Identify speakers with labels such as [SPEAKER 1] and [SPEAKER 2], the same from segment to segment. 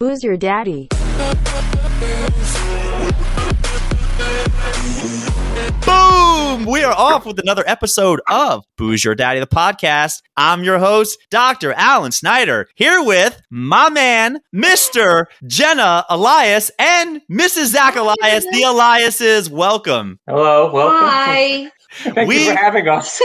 [SPEAKER 1] Who's your daddy?
[SPEAKER 2] Boom! We are off with another episode of Booze Your Daddy, the podcast. I'm your host, Dr. Alan Snyder, here with my man, Mr. Jenna Elias and Mrs. Zach Elias, the Eliases. Welcome.
[SPEAKER 3] Hello, welcome.
[SPEAKER 4] Hi.
[SPEAKER 3] Thank
[SPEAKER 2] We-
[SPEAKER 3] you for having us.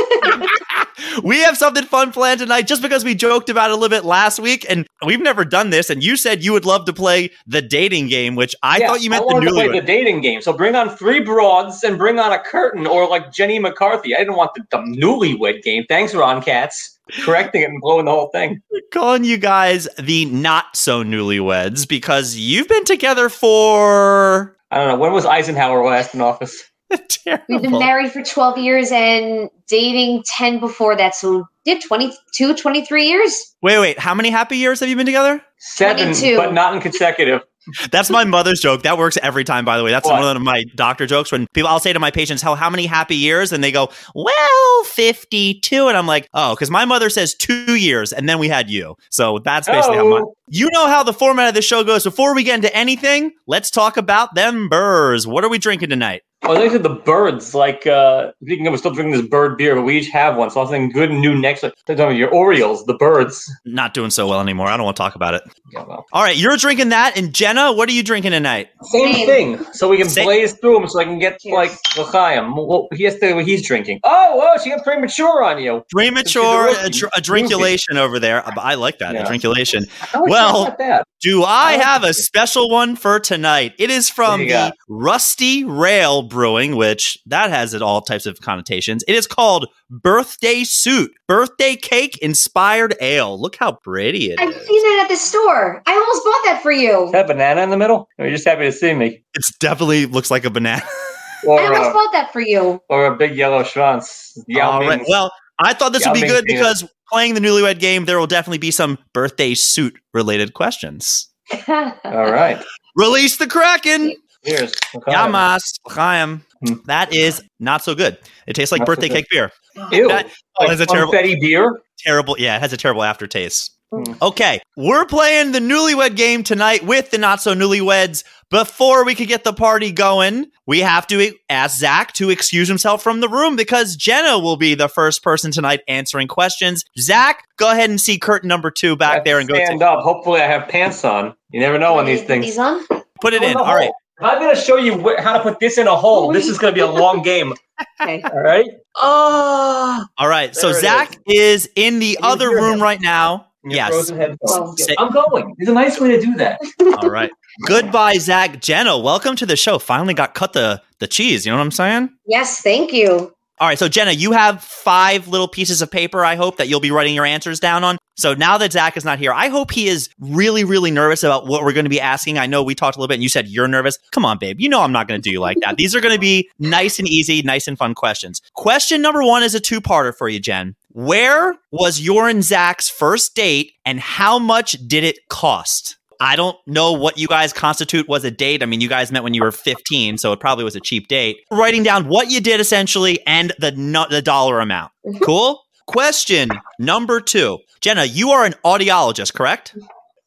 [SPEAKER 2] We have something fun planned tonight just because we joked about it a little bit last week, and we've never done this. And you said you would love to play the dating game, which I
[SPEAKER 3] Yeah,
[SPEAKER 2] thought you meant the
[SPEAKER 3] wanted to play
[SPEAKER 2] newlywed.
[SPEAKER 3] the dating game. So bring on three broads and bring on a curtain or like Jenny McCarthy. I didn't want the, the newlywed game. Thanks, Ron Katz, correcting it and blowing the whole thing.
[SPEAKER 2] calling you guys the not so newlyweds because you've been together for
[SPEAKER 3] I don't know. When was Eisenhower last in office?
[SPEAKER 4] We've been
[SPEAKER 2] terrible.
[SPEAKER 4] married for 12 years and dating 10 before that. So did 22, 23 years?
[SPEAKER 2] Wait, wait, how many happy years have you been together?
[SPEAKER 3] Seven,
[SPEAKER 4] 22.
[SPEAKER 3] but not in consecutive.
[SPEAKER 2] That's my mother's joke. That works every time, by the way. That's
[SPEAKER 3] What?
[SPEAKER 2] one of my doctor jokes when people I'll say to my patients, How how many happy years? And they go, Well, 52. And I'm like, Oh, because my mother says two years, and then we had you. So that's basically how my
[SPEAKER 3] Oh.
[SPEAKER 2] you know how the format of the show goes. Before we get into anything, let's talk about them burrs. What are we drinking tonight?
[SPEAKER 3] Oh, those are the birds. Like, uh, speaking of, we're still drinking this bird beer, but we each have one. So something good and new next. Like, they're talking about your Orioles, the birds.
[SPEAKER 2] Not doing so well anymore. I don't want to talk about it.
[SPEAKER 3] Yeah, well.
[SPEAKER 2] All right, you're drinking that, and Jenna, what are you drinking tonight?
[SPEAKER 3] Same,
[SPEAKER 4] Same.
[SPEAKER 3] thing. So we can
[SPEAKER 2] Same-
[SPEAKER 3] blaze through them so I can get like L'chaim. Well, he has to, what he's drinking. Oh, whoa, she got premature on
[SPEAKER 4] Oh,
[SPEAKER 3] you.
[SPEAKER 2] Premature
[SPEAKER 3] She's a rookie.
[SPEAKER 2] a drinkulation over there. I like that
[SPEAKER 3] Yeah.
[SPEAKER 2] drinkulation.
[SPEAKER 3] How is she
[SPEAKER 2] Well-
[SPEAKER 3] not that?
[SPEAKER 2] Do I
[SPEAKER 3] I like
[SPEAKER 2] have a
[SPEAKER 3] it.
[SPEAKER 2] special one for tonight? It is
[SPEAKER 3] What
[SPEAKER 2] from
[SPEAKER 3] do you
[SPEAKER 2] the
[SPEAKER 3] got?
[SPEAKER 2] Rusty Rail Brewing, which that has it all types of connotations. It is called Birthday Suit, Birthday Cake Inspired Ale. Look how pretty it
[SPEAKER 4] I've
[SPEAKER 2] is.
[SPEAKER 4] seen that at the store. I almost bought that for you.
[SPEAKER 3] Is that banana in the middle? Or you're just happy to see me?
[SPEAKER 2] It's definitely looks like a banana.
[SPEAKER 4] I
[SPEAKER 3] Or,
[SPEAKER 4] almost
[SPEAKER 3] uh,
[SPEAKER 4] bought that for you.
[SPEAKER 3] or a big yellow schwanz. Yao
[SPEAKER 2] All right.
[SPEAKER 3] Ming's-
[SPEAKER 2] Well, I thought this
[SPEAKER 3] Yao
[SPEAKER 2] would be
[SPEAKER 3] Ming's
[SPEAKER 2] good
[SPEAKER 3] penis.
[SPEAKER 2] because playing the newlywed game, there will definitely be some birthday suit related questions.
[SPEAKER 3] All right.
[SPEAKER 2] Release the Kraken.
[SPEAKER 3] Here's L'chaim.
[SPEAKER 2] Yamas. Chaim.
[SPEAKER 3] Hmm.
[SPEAKER 2] That is not so good. It tastes like
[SPEAKER 3] Not so
[SPEAKER 2] birthday
[SPEAKER 3] good.
[SPEAKER 2] cake beer.
[SPEAKER 3] Ew.
[SPEAKER 2] That- Oh,
[SPEAKER 3] like
[SPEAKER 2] that's a terrible,
[SPEAKER 3] confetti beer.
[SPEAKER 2] terrible. Yeah, it has a terrible aftertaste.
[SPEAKER 3] Hmm.
[SPEAKER 2] Okay, we're playing the newlywed game tonight with the not so newlyweds. Before we could get the party going, we have to ask Zach to excuse himself from the room because Jenna will be the first person tonight answering questions. Zach, go ahead and see curtain number two
[SPEAKER 3] I
[SPEAKER 2] back
[SPEAKER 3] have
[SPEAKER 2] there
[SPEAKER 3] to
[SPEAKER 2] and go take-
[SPEAKER 3] stand up. Hopefully, I have pants on. You never know on these
[SPEAKER 4] Put
[SPEAKER 3] things.
[SPEAKER 4] These on?
[SPEAKER 2] put it
[SPEAKER 3] Put
[SPEAKER 2] in.
[SPEAKER 3] a
[SPEAKER 2] All right.
[SPEAKER 3] hole. If I'm going to show you wh- how to put this in a hole, this is going to be a long game.
[SPEAKER 4] Okay.
[SPEAKER 3] All right. Oh.
[SPEAKER 2] All right. So
[SPEAKER 3] There it
[SPEAKER 2] Zach is. in the
[SPEAKER 3] Can you
[SPEAKER 2] other
[SPEAKER 3] hear
[SPEAKER 2] room
[SPEAKER 3] him?
[SPEAKER 2] right now.
[SPEAKER 3] Your
[SPEAKER 2] Yes.
[SPEAKER 3] frozen head.
[SPEAKER 4] Well,
[SPEAKER 2] Say-
[SPEAKER 3] I'm going. It's a nice way to do that.
[SPEAKER 2] All right. Goodbye, Zach. Jenna, welcome to the show. Finally got cut the the cheese. You know what I'm saying?
[SPEAKER 4] yes, thank you.
[SPEAKER 2] All right. So Jenna, you have five little pieces of paper. I hope that you'll be writing your answers down on. So now that Zach is not here, I hope he is really, really nervous about what we're going to be asking. I know we talked a little bit, and you said you're nervous. Come on, babe. You know I'm not going to do you like that. These are going to be nice and easy, nice and fun questions. Question number one is a two parter for you, Jen. Where was your and Zach's first date, and how much did it cost? I don't know what you guys constitute was a date. I mean, you guys met when you were 15, so it probably was a cheap date. Writing down what you did essentially and the nu- the dollar amount. Cool? Question number 2. Jenna, you are an audiologist, correct?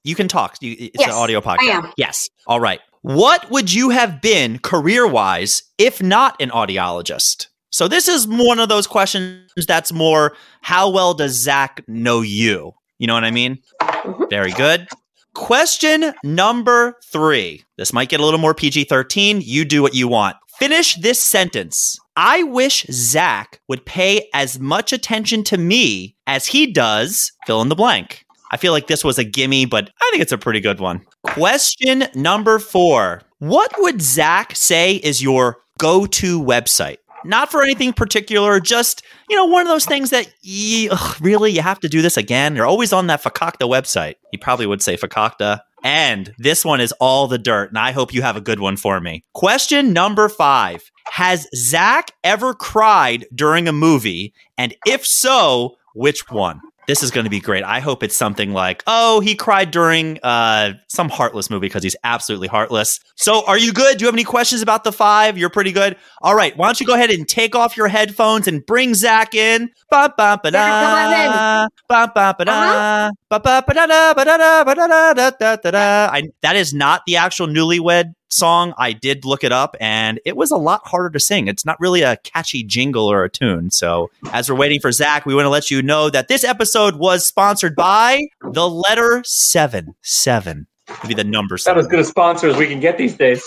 [SPEAKER 2] You can talk. You, it's an
[SPEAKER 4] Yes,
[SPEAKER 2] audio podcast.
[SPEAKER 4] I am.
[SPEAKER 2] Yes. All right. What would you have been career-wise if not an audiologist? So this is one of those questions that's more how well does Zach know you? You know what I mean?
[SPEAKER 4] Mhm.
[SPEAKER 2] Very good. Question number three. This might get a little more PG 13. You do what you want. Finish this sentence. I wish Zach would pay as much attention to me as he does, fill in the blank. I feel like this was a gimme, but I think it's a pretty good one. Question number four What would Zach say is your go to website? Not for anything particular, just you know, one of those things that you, ugh, really you have to do this again. You're always on that Fakakta website. He probably would say Fakakta. And this one is all the dirt, and I hope you have a good one for me. Question number five Has Zach ever cried during a movie? And if so, which one? This is going to be great. I hope it's something like, oh, he cried during uh, some heartless movie because he's absolutely heartless. So, are you good? Do you have any questions about the five? You're pretty good. All right. Why don't you go ahead and take off your headphones and bring Zach in? Ba ba ba da.
[SPEAKER 4] Yeah,
[SPEAKER 2] Ba ba ba da. Ba ba ba da da ba da da ba da da da da da da. I- That is not the actual newlywed song. I did look it up and it was a lot harder to sing. It's not really a catchy jingle or a tune. So, as we're waiting for Zach, we want to let you know that this episode was sponsored by the letter seven. Seven would be the number
[SPEAKER 3] About
[SPEAKER 2] seven.
[SPEAKER 3] as good a sponsor as we can get these days.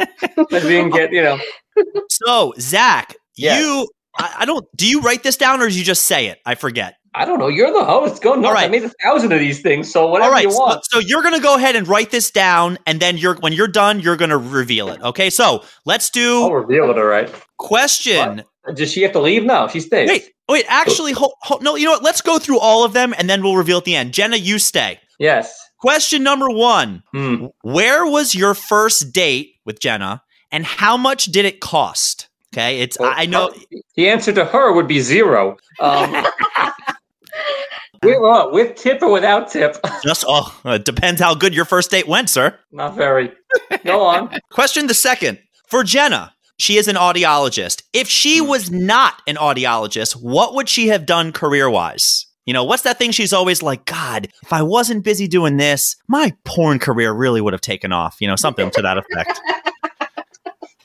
[SPEAKER 3] as we can get, you know.
[SPEAKER 2] So, Zach,
[SPEAKER 3] Yes.
[SPEAKER 2] you, I, I don't, do you write this down or do you just say it? I forget.
[SPEAKER 3] I don't know. You're the host. Go nuts. I
[SPEAKER 2] right.
[SPEAKER 3] made a thousand of these things, so whatever
[SPEAKER 2] All right.
[SPEAKER 3] you
[SPEAKER 2] So,
[SPEAKER 3] want.
[SPEAKER 2] so you're going to go ahead and write this down. And then you're, when you're done, you're going to reveal it. Okay. So, let's
[SPEAKER 3] I'll
[SPEAKER 2] do
[SPEAKER 3] reveal it. All right.
[SPEAKER 2] question
[SPEAKER 3] Does she have to leave? No, she stays.
[SPEAKER 2] Wait, wait, actually, ho ho- no, you know what? Let's go through all of them and then we'll reveal at the end. Jenna, you stay.
[SPEAKER 3] Yes.
[SPEAKER 2] Question number one
[SPEAKER 3] Hmm.
[SPEAKER 2] Where was your first date with Jenna and how much did it cost? Okay, it's, I I know,
[SPEAKER 3] The answer to her would be zero. Um, with, uh, with tip or without tip?
[SPEAKER 2] just, oh, it depends how good your first date went, sir.
[SPEAKER 3] Not very. Go on.
[SPEAKER 2] Question the second for Jenna. She is an audiologist. If she
[SPEAKER 3] Hmm.
[SPEAKER 2] was not an audiologist, what would she have done career wise? You know, what's that thing she's always like, God, if I wasn't busy doing this, my porn career really would have taken off, you know, something to that effect.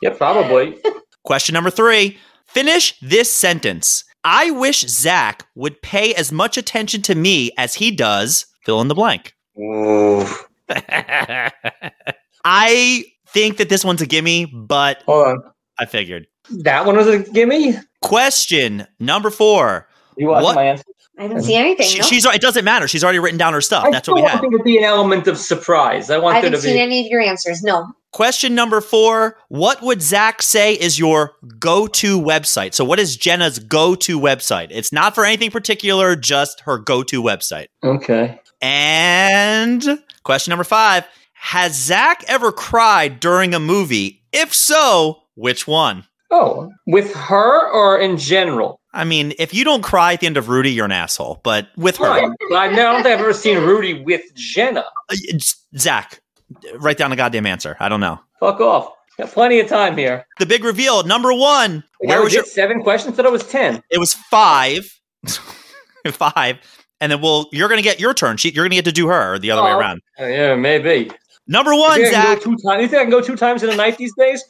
[SPEAKER 3] Yeah, probably.
[SPEAKER 2] Question number three finish this sentence. I wish Zach would pay as much attention to me as he does, fill in the blank.
[SPEAKER 3] Ooh.
[SPEAKER 2] I think that this one's a gimme, but
[SPEAKER 3] Hold on.
[SPEAKER 2] I figured.
[SPEAKER 3] That one was a gimme?
[SPEAKER 2] Question number four.
[SPEAKER 3] You watch
[SPEAKER 2] What?
[SPEAKER 3] my answer.
[SPEAKER 4] I don't see anything.
[SPEAKER 2] She,
[SPEAKER 4] no.
[SPEAKER 2] she's it doesn't matter. She's already written down her stuff.
[SPEAKER 3] I
[SPEAKER 2] Oh, That's what we
[SPEAKER 3] still
[SPEAKER 2] had.
[SPEAKER 3] want there to be an element of surprise. I
[SPEAKER 4] I
[SPEAKER 3] want there
[SPEAKER 4] haven't
[SPEAKER 3] to
[SPEAKER 4] seen
[SPEAKER 3] be.
[SPEAKER 4] any of your answers. No.
[SPEAKER 2] Question number four. What would Zach say is your go-to website? So what is Jenna's go-to website? It's not for anything particular, just her go-to website.
[SPEAKER 3] Okay.
[SPEAKER 2] And question number five. Has Zach ever cried during a movie? If so, which one?
[SPEAKER 3] Oh, with her or in general?
[SPEAKER 2] I mean, if you don't cry at the end of Rudy, you're an asshole. But with her,
[SPEAKER 3] Fine. But I, no, I don't think I've ever seen Rudy with Jenna.
[SPEAKER 2] Uh, it's- Zach, write down a goddamn answer. I don't know.
[SPEAKER 3] Fuck off. Got plenty of time here.
[SPEAKER 2] The big reveal, number one.
[SPEAKER 3] Where
[SPEAKER 2] Where was your?
[SPEAKER 3] seven questions? That I was ten.
[SPEAKER 2] It was five, five, and then we'll. You're gonna get your turn. She, you're gonna get to do her or the other way
[SPEAKER 3] Oh.
[SPEAKER 2] around.
[SPEAKER 3] Oh, yeah, maybe.
[SPEAKER 2] Number
[SPEAKER 3] You
[SPEAKER 2] one,
[SPEAKER 3] think I can
[SPEAKER 2] Zach.
[SPEAKER 3] go two times? You think I can go two times in a night these days?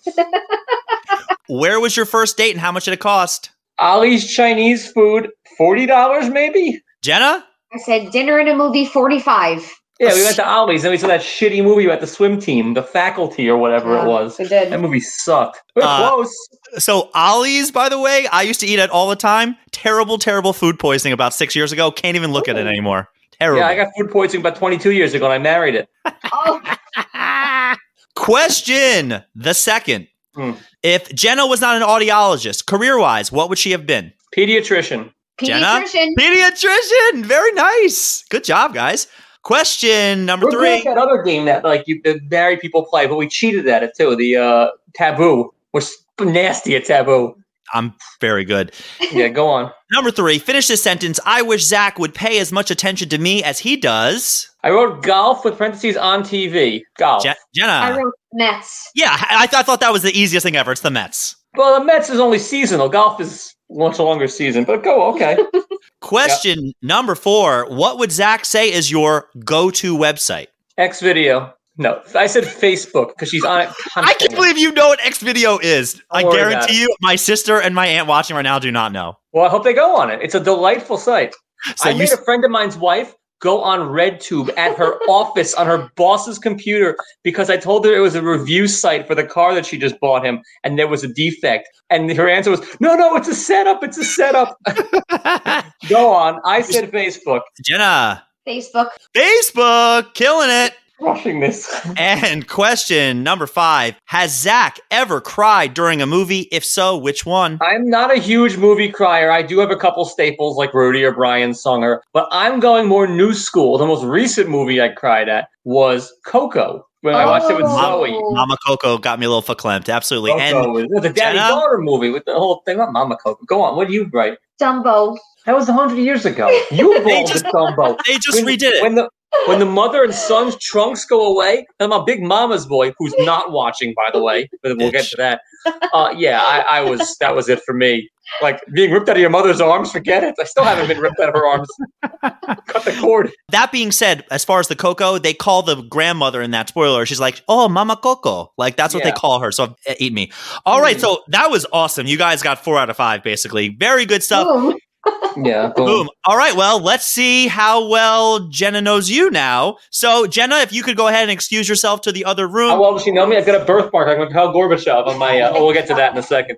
[SPEAKER 2] Where was your first date and how much did it cost?
[SPEAKER 3] Ollie's Chinese food, forty dollars maybe.
[SPEAKER 2] Jenna,
[SPEAKER 4] I said dinner and a movie 45.
[SPEAKER 3] Yeah, we went to Ollie's and we saw that shitty movie about the swim team, the faculty or whatever it was.
[SPEAKER 4] We did.
[SPEAKER 3] That movie sucked. We're
[SPEAKER 2] Uh,
[SPEAKER 3] close.
[SPEAKER 2] So Ollie's, by the way, I used to eat at all the time. Terrible, terrible food poisoning about six years ago. Can't even look at it anymore. Terrible.
[SPEAKER 3] Yeah, I got food poisoning about twenty-two years ago, and I married it.
[SPEAKER 4] Oh,
[SPEAKER 2] Question the second.
[SPEAKER 3] Hmm.
[SPEAKER 2] If Jenna was not an audiologist, career wise, what would she have been?
[SPEAKER 3] Pediatrician.
[SPEAKER 2] Jenna?
[SPEAKER 4] pediatrician.
[SPEAKER 2] Pediatrician. Very nice. Good job, guys. Question number
[SPEAKER 3] We're good at
[SPEAKER 2] three.
[SPEAKER 3] that other game that like you, the married people play, but we cheated at it too. The uh, taboo. We're s- nasty at taboo.
[SPEAKER 2] I'm very good.
[SPEAKER 3] Yeah, go on.
[SPEAKER 2] Number three, finish this sentence. I wish Zach would pay as much attention to me as he does.
[SPEAKER 3] I wrote golf with parentheses on TV. Golf.
[SPEAKER 2] Je- Jenna.
[SPEAKER 4] I wrote Mets.
[SPEAKER 2] yeah, I, I thought that was the easiest thing ever. It's the Mets.
[SPEAKER 3] Well, the Mets is only seasonal. Golf is much longer season, but go okay.
[SPEAKER 2] Question number four What would Zach say is your go to website?
[SPEAKER 3] X video. No, I said Facebook because she's on it.
[SPEAKER 2] I can't
[SPEAKER 3] constantly.
[SPEAKER 2] believe you know what X video is. I
[SPEAKER 3] Don't worry about
[SPEAKER 2] guarantee you, my sister and my aunt watching right now do not know.
[SPEAKER 3] Well, I hope they go on it. It's a delightful site.
[SPEAKER 2] So
[SPEAKER 3] I
[SPEAKER 2] you,
[SPEAKER 3] made a friend of mine's wife go on RedTube at her office on her boss's computer because I told her it was a review site for the car that she just bought him, and there was a defect. And her answer was, "No, no, it's a setup. It's a setup." go on. I said Facebook.
[SPEAKER 2] Jenna,
[SPEAKER 4] Facebook.
[SPEAKER 2] Facebook, killing it.
[SPEAKER 3] Crushing this.
[SPEAKER 2] And question number five Has Zach ever cried during a movie? If so, which one?
[SPEAKER 3] I'm not a huge movie crier. I do have a couple staples like Rudy or Brian Sunger, but I'm going more new school. The most recent movie I cried at was Coco. when I watched it with
[SPEAKER 4] Oh.
[SPEAKER 3] Zoe.
[SPEAKER 2] Mama Coco got me a little verklempt. Absolutely. And
[SPEAKER 3] Coco, the daddy
[SPEAKER 2] Jenna?
[SPEAKER 3] daughter movie with the whole thing about Mama Coco. Go on, what do you write?
[SPEAKER 4] Dumbo.
[SPEAKER 3] That was hundred years ago. You involved
[SPEAKER 2] just-
[SPEAKER 3] with Dumbo.
[SPEAKER 2] they just redid it.
[SPEAKER 3] When the when the mother and son's trunks go away, and my big mama's boy, who's not watching, by the way, but we'll get to that. Uh, yeah, I, I was. That was it for me. Like being ripped out of your mother's arms. Forget it. I still haven't been ripped out of her arms. Cut the cord.
[SPEAKER 2] That being said, as far as the Coco, they call the grandmother in that spoiler. She's like, "Oh, Mama Coco," like that's what
[SPEAKER 3] Yeah. Mm.
[SPEAKER 2] they call her. So eh, eat me. All right, so that was awesome. You guys got four out of five, basically. Very good stuff.
[SPEAKER 4] Boom.
[SPEAKER 3] Yeah.
[SPEAKER 2] Boom. All right, well, let's see how well Jenna knows you now. So Jenna, if you could go ahead and excuse yourself to the other
[SPEAKER 3] How
[SPEAKER 2] room,
[SPEAKER 3] well does she know me? I've got a birthmark. I'm like Mikhail Gorbachev on my. Uh, oh, we'll get to that in a second.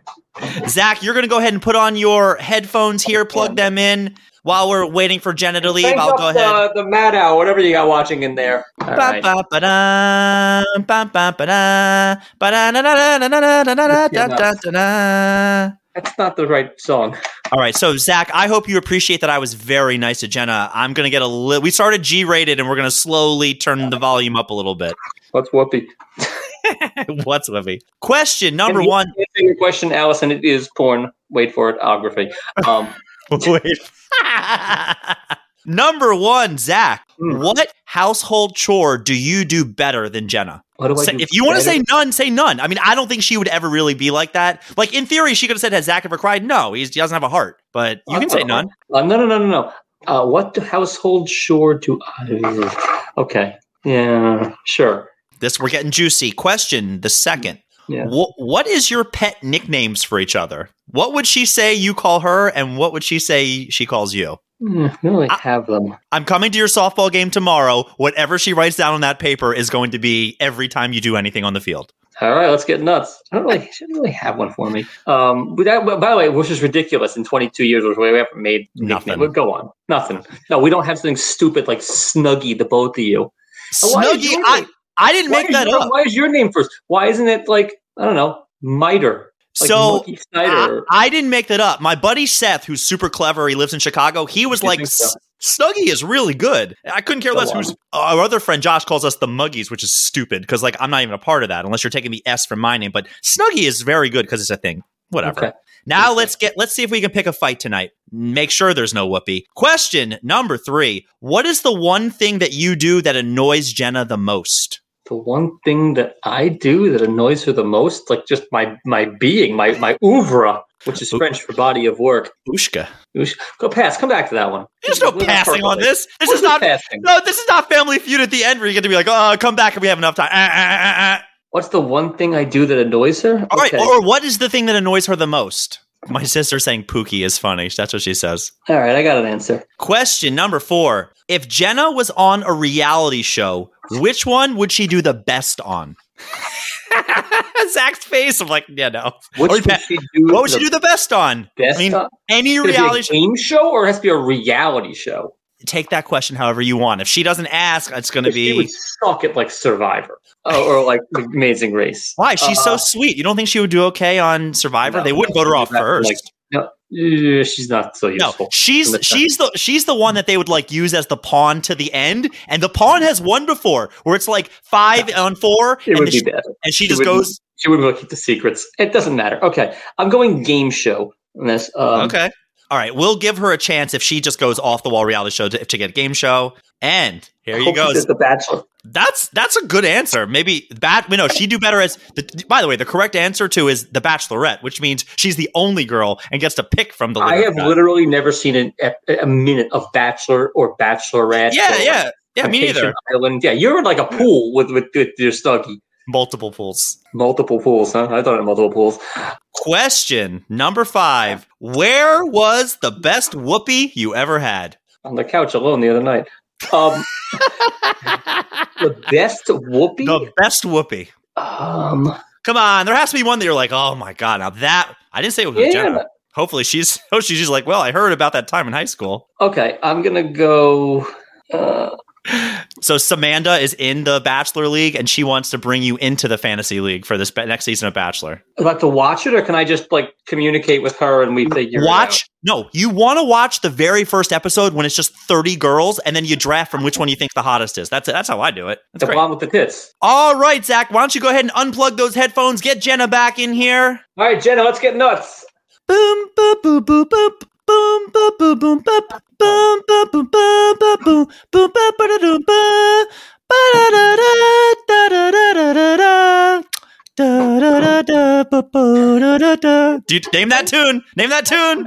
[SPEAKER 2] Zach, you're gonna go ahead and put on your headphones here, plug them in. While we're waiting for Jenna to leave,
[SPEAKER 3] Crank
[SPEAKER 2] I'll
[SPEAKER 3] up
[SPEAKER 2] go ahead.
[SPEAKER 3] The, the Maddow, whatever you got watching in there. All right.
[SPEAKER 2] Ba-ba-ba-da, ba-ba-ba-da, ba-da-da-da-da-da-da-da-da-da-da-da.
[SPEAKER 3] That's not the right song.
[SPEAKER 2] All right, so Zach, I hope you appreciate that I was very nice to Jenna. I'm gonna get a little. We started G-rated, and we're gonna slowly turn the volume up a little bit.
[SPEAKER 3] What's Whoopi?
[SPEAKER 2] What's with me? Question number
[SPEAKER 3] Can you
[SPEAKER 2] one.
[SPEAKER 3] Answer your question, Allison. It is porn. Wait for it. Ography. Um,
[SPEAKER 2] Wait. number one, Zach.
[SPEAKER 3] Hmm.
[SPEAKER 2] What household chore do you do better than Jenna?
[SPEAKER 3] what do I
[SPEAKER 2] Say-
[SPEAKER 3] do
[SPEAKER 2] if you want to
[SPEAKER 3] better?
[SPEAKER 2] say none, say none. I mean, I don't think she would ever really be like that. Like in theory, she could have said, "Has Zach ever cried?" No, he's, he doesn't have a heart. But you can say none.
[SPEAKER 3] Uh, no, no, no, no, no. Uh, what household chore do I? Okay. Yeah. Sure.
[SPEAKER 2] This we're getting juicy. Question the second.
[SPEAKER 3] Yeah.
[SPEAKER 2] Wh- what is your pet nicknames for each other? What would she say you call her, and what would she say she calls you?
[SPEAKER 3] Hmm, I don't really
[SPEAKER 2] I-
[SPEAKER 3] have them.
[SPEAKER 2] I'm coming to your softball game tomorrow. Whatever she writes down on that paper is going to be every time you do anything on the field.
[SPEAKER 3] All right, let's get nuts. I don't really, she doesn't really have one for me. Um, but that, but by the way, which is ridiculous. In 22 years, which we haven't made
[SPEAKER 2] Nothing.
[SPEAKER 3] But go on, nothing. No, we don't have something stupid like Snuggy. The both of you. Why is
[SPEAKER 2] Snuggie,
[SPEAKER 3] your
[SPEAKER 2] I,
[SPEAKER 3] name-
[SPEAKER 2] I didn't
[SPEAKER 3] why
[SPEAKER 2] make
[SPEAKER 3] is
[SPEAKER 2] that
[SPEAKER 3] your-
[SPEAKER 2] up.
[SPEAKER 3] Why is your name first? Why isn't it like I don't know, Miter? Like
[SPEAKER 2] so
[SPEAKER 3] Monkey Snyder.
[SPEAKER 2] I, I didn't make that up. My buddy Seth, who's super clever, he lives in Chicago. He was
[SPEAKER 3] You
[SPEAKER 2] like,
[SPEAKER 3] think so?
[SPEAKER 2] "S- Snuggie is really good. I couldn't care
[SPEAKER 3] Go
[SPEAKER 2] less
[SPEAKER 3] on.
[SPEAKER 2] who's our other friend Josh calls us the Muggies, which is stupid because like I'm not even a part of that unless you're taking the S from my name. But Snuggie is very good because it's a thing. Whatever.
[SPEAKER 3] Okay.
[SPEAKER 2] Now let's get let's see if we can pick a fight tonight. Make sure there's no whoopee. Question number three: What is the one thing that you do that annoys Jenna the most?
[SPEAKER 3] The one thing that I do that annoys her the most, like just my my being, my my oeuvre, which is
[SPEAKER 2] Oop.
[SPEAKER 3] French for body of work.
[SPEAKER 2] Bushka.
[SPEAKER 3] Oosh. Go pass. Come back to that one.
[SPEAKER 2] There's no
[SPEAKER 3] We're not
[SPEAKER 2] passing on
[SPEAKER 3] perfect.
[SPEAKER 2] this. This
[SPEAKER 3] What
[SPEAKER 2] is not
[SPEAKER 3] passing.
[SPEAKER 2] No, this is not Family Feud at the end where you get to be like, oh, come back if we have enough time. Ah, ah, ah, ah.
[SPEAKER 3] What's the one thing I do that annoys her?
[SPEAKER 2] All right,
[SPEAKER 3] Okay.
[SPEAKER 2] or what is the thing that annoys her the most? My sister saying Pookie is funny. That's what she says.
[SPEAKER 3] All right, I got an answer.
[SPEAKER 2] Question number four. If Jenna was on a reality show, which one would she do the best on? Zach's face. I'm like, yeah, no.
[SPEAKER 3] What
[SPEAKER 2] Or
[SPEAKER 3] should
[SPEAKER 2] pa-
[SPEAKER 3] she do?
[SPEAKER 2] What would she
[SPEAKER 3] the
[SPEAKER 2] do the best on?
[SPEAKER 3] Best
[SPEAKER 2] I mean,
[SPEAKER 3] on?
[SPEAKER 2] Any
[SPEAKER 3] Could it be a
[SPEAKER 2] reality show.
[SPEAKER 3] game show, or it has to be a reality show?
[SPEAKER 2] Take that question however you want. If she doesn't ask, it's going to
[SPEAKER 3] She
[SPEAKER 2] be.
[SPEAKER 3] would suck at like Survivor Oh, or like Amazing Race.
[SPEAKER 2] Why? She's so
[SPEAKER 3] Uh,
[SPEAKER 2] sweet. You don't think she would do okay on Survivor?
[SPEAKER 3] No,
[SPEAKER 2] they wouldn't
[SPEAKER 3] no,
[SPEAKER 2] vote her off
[SPEAKER 3] she's not,
[SPEAKER 2] first.
[SPEAKER 3] like, No, eh, she's not so
[SPEAKER 2] No,
[SPEAKER 3] useful.
[SPEAKER 2] she's
[SPEAKER 3] Listen.
[SPEAKER 2] she's the she's the one that they would like use as the pawn to the end, and the pawn has won before, where it's like five on four,
[SPEAKER 3] it
[SPEAKER 2] and
[SPEAKER 3] would be
[SPEAKER 2] she,
[SPEAKER 3] bad.
[SPEAKER 2] and she
[SPEAKER 3] It
[SPEAKER 2] just
[SPEAKER 3] would be-
[SPEAKER 2] goes
[SPEAKER 3] She would be able to keep the secrets. It doesn't matter. Okay, I'm going game show. on this. Um,
[SPEAKER 2] okay. All right, we'll give her a chance if she just goes off the wall reality show to, to get game show. And here you
[SPEAKER 3] hope
[SPEAKER 2] go.
[SPEAKER 3] this is The Bachelor.
[SPEAKER 2] That's that's a good answer. Maybe bat. You know, she do better as the. By the way, the correct answer to is the Bachelorette, which means she's the only girl and gets to pick from the.
[SPEAKER 3] I
[SPEAKER 2] litter
[SPEAKER 3] have
[SPEAKER 2] cut.
[SPEAKER 3] literally never seen an, ep- a minute of Bachelor or Bachelorette.
[SPEAKER 2] Yeah,
[SPEAKER 3] or
[SPEAKER 2] yeah, yeah. Me
[SPEAKER 3] Vacation
[SPEAKER 2] neither.
[SPEAKER 3] Island. Yeah, you're in like a pool with with, with your snuggie.
[SPEAKER 2] Multiple pools.
[SPEAKER 3] Multiple pools, huh? I thought it multiple pools.
[SPEAKER 2] Question number five. Where was the best whoopee you ever had?
[SPEAKER 3] On the couch alone the other night. Um, the best whoopee.
[SPEAKER 2] The best whoopee.
[SPEAKER 3] Um,
[SPEAKER 2] Come on, there has to be one that you're like, oh my god, now that I didn't say it was with
[SPEAKER 3] yeah.
[SPEAKER 2] Jenna. Hopefully she's oh she's just like, well, I heard about that time in high school.
[SPEAKER 3] Okay, I'm gonna go. Uh,
[SPEAKER 2] So Samantha is in the Bachelor League, and she wants to bring you into the Fantasy League for this ba- next season of Bachelor.
[SPEAKER 3] Do I have to watch it, or can I just like communicate with her and we figure
[SPEAKER 2] watch no, you want to watch the very first episode when it's just thirty girls, and then you draft from which one you think the hottest is. That's it. That's how I do it.
[SPEAKER 3] it out?
[SPEAKER 2] That's
[SPEAKER 3] the
[SPEAKER 2] great.
[SPEAKER 3] one with the tits?
[SPEAKER 2] All right, Zach, why don't you go ahead and unplug those headphones? Get Jenna back in here.
[SPEAKER 3] All right, Jenna, let's get nuts.
[SPEAKER 2] Boom, boop, boop, boop, boop. Boom, boop, boop, boom, boop. Boom, boop, boop, boop, boop, boom. Boom, boop, ba-da-doom, ba. Ba-da-da-da, da-da-da-da-da-da. Da-da-da-da, ba-ba-da-da-da. Dude, name that tune. Name that tune.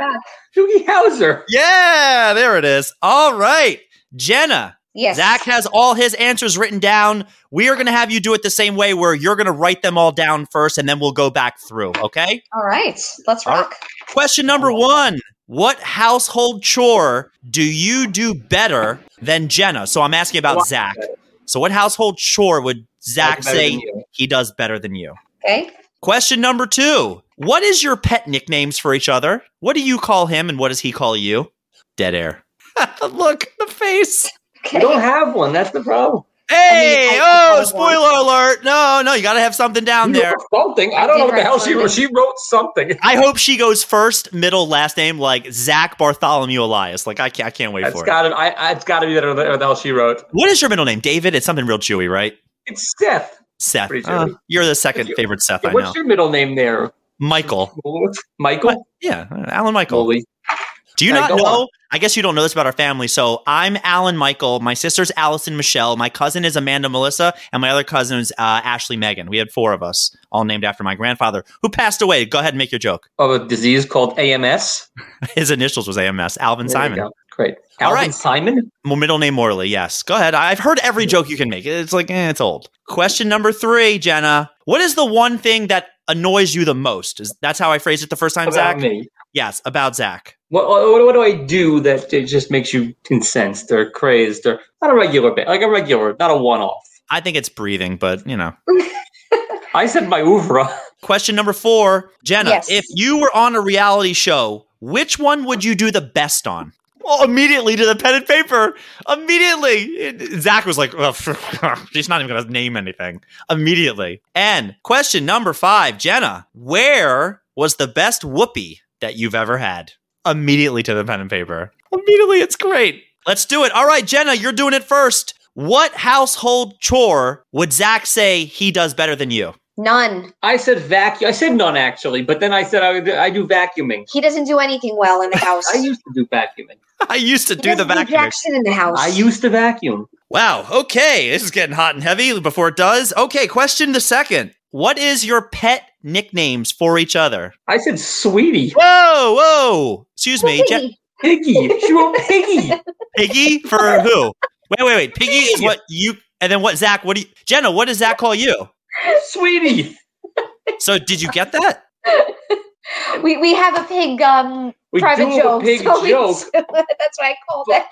[SPEAKER 3] Doogie Howser.
[SPEAKER 2] Yeah, there it is. All right, Jenna.
[SPEAKER 4] Yes.
[SPEAKER 2] Zach has all his answers written down. We are going to have you do it the same way, where you're going to write them all down first, and then we'll go back through. Okay.
[SPEAKER 4] All right. Let's
[SPEAKER 2] All right.
[SPEAKER 4] rock.
[SPEAKER 2] Question number one What household chore do you do better than Jenna? So I'm asking about
[SPEAKER 3] Lot
[SPEAKER 2] Zach. So, what household chore would Zach
[SPEAKER 3] Better than
[SPEAKER 2] say
[SPEAKER 3] you.
[SPEAKER 2] he does better than you?
[SPEAKER 4] Okay.
[SPEAKER 2] Question number two What is your pet nicknames for each other? What do you call him and what does he call you? Dead air. Look, the face.
[SPEAKER 3] We
[SPEAKER 4] Okay.
[SPEAKER 3] don't have one. That's the problem.
[SPEAKER 2] Hey,
[SPEAKER 4] I- I
[SPEAKER 2] oh,
[SPEAKER 4] kinda
[SPEAKER 2] spoiler alert. No, no, you got to have something down
[SPEAKER 3] You
[SPEAKER 2] there.
[SPEAKER 3] wrote something. I
[SPEAKER 4] I
[SPEAKER 3] don't
[SPEAKER 4] did
[SPEAKER 3] know what the
[SPEAKER 4] write
[SPEAKER 3] hell she wrote. She wrote something.
[SPEAKER 2] I hope she goes first, middle, last name, like Zach Bartholomew Elias. Like, I can't, I can't wait
[SPEAKER 3] That's
[SPEAKER 2] for it.
[SPEAKER 3] got to. I. I- It's got to be better than what the hell she wrote.
[SPEAKER 2] What is your middle name, David? It's something real Jewy, right?
[SPEAKER 3] It's Steph.
[SPEAKER 2] Seth.
[SPEAKER 3] Pretty
[SPEAKER 2] Uh,
[SPEAKER 3] Jewy.
[SPEAKER 2] you're the second
[SPEAKER 3] What's your-
[SPEAKER 2] favorite Seth I know.
[SPEAKER 3] What's your middle name there?
[SPEAKER 2] Michael.
[SPEAKER 3] Michael.
[SPEAKER 2] Yeah, uh, Alan Michael.
[SPEAKER 3] Holy.
[SPEAKER 2] Do you
[SPEAKER 3] Hey,
[SPEAKER 2] not
[SPEAKER 3] go
[SPEAKER 2] know?
[SPEAKER 3] on.
[SPEAKER 2] I guess you don't know this about our family. So I'm Alan Michael. My sister's Allison Michelle. My cousin is Amanda Melissa, and my other cousin is uh, Ashley Megan. We had four of us, all named after my grandfather, who passed away. Go ahead and make your joke.
[SPEAKER 3] Of a disease called AMS.
[SPEAKER 2] His initials was AMS. Alvin
[SPEAKER 3] There you
[SPEAKER 2] Simon.
[SPEAKER 3] go. Great.
[SPEAKER 2] All
[SPEAKER 3] Alvin
[SPEAKER 2] right.
[SPEAKER 3] Simon.
[SPEAKER 2] Well, middle name Morley. Yes. Go ahead. I've heard every joke you can make. It's like eh, it's old. Question number three, Jenna. What is the one thing that annoys you the most? Is that's how I phrased it the first time,
[SPEAKER 3] About
[SPEAKER 2] Zach?
[SPEAKER 3] me.
[SPEAKER 2] Yes, about Zach.
[SPEAKER 3] What, what, what do I do that it just makes you incensed or crazed or not a regular bit, like a regular, not a one off?
[SPEAKER 2] I think it's breathing, but you know.
[SPEAKER 3] I said my oeuvre.
[SPEAKER 2] Question number four, Jenna.
[SPEAKER 4] Yes.
[SPEAKER 2] If you were on a reality show, which one would you do the best on? Well, immediately to the pen and paper. Immediately, Zach was like, "Ugh, "She's not even going to name anything." Immediately. And question number five, Jenna. Where was the best whoopee that you've ever had? Immediately to the pen and paper. Immediately, it's great. Let's do it. All right, Jenna, you're doing it first. What household chore would Zach say he does better than you?
[SPEAKER 4] None.
[SPEAKER 3] I said vacuum. I said none actually, but then I said I, would- I do vacuuming.
[SPEAKER 4] He doesn't do anything well in the house.
[SPEAKER 3] I used to do vacuuming.
[SPEAKER 2] I used to
[SPEAKER 4] He
[SPEAKER 2] do the
[SPEAKER 4] doesn't
[SPEAKER 2] vacuum.
[SPEAKER 4] Jackson in the house.
[SPEAKER 3] I used to vacuum.
[SPEAKER 2] Wow. Okay. This is getting hot and heavy before it does. Okay. Question the second. What is your pet nicknames for each other?
[SPEAKER 3] I said sweetie,
[SPEAKER 2] Whoa, whoa. Excuse me.
[SPEAKER 4] Piggy.
[SPEAKER 2] Je-
[SPEAKER 3] piggy. She wrote piggy.
[SPEAKER 2] Piggy for who? Wait, wait, wait. Piggy is what you and then what Zach, what do you Jenna, what does Zach call you?
[SPEAKER 3] sweetie.
[SPEAKER 2] So did you get that?
[SPEAKER 4] we we have a pig um
[SPEAKER 3] We
[SPEAKER 4] private
[SPEAKER 3] do
[SPEAKER 4] joke.
[SPEAKER 3] a pig
[SPEAKER 4] so we-
[SPEAKER 3] joke.
[SPEAKER 4] that's why I called it.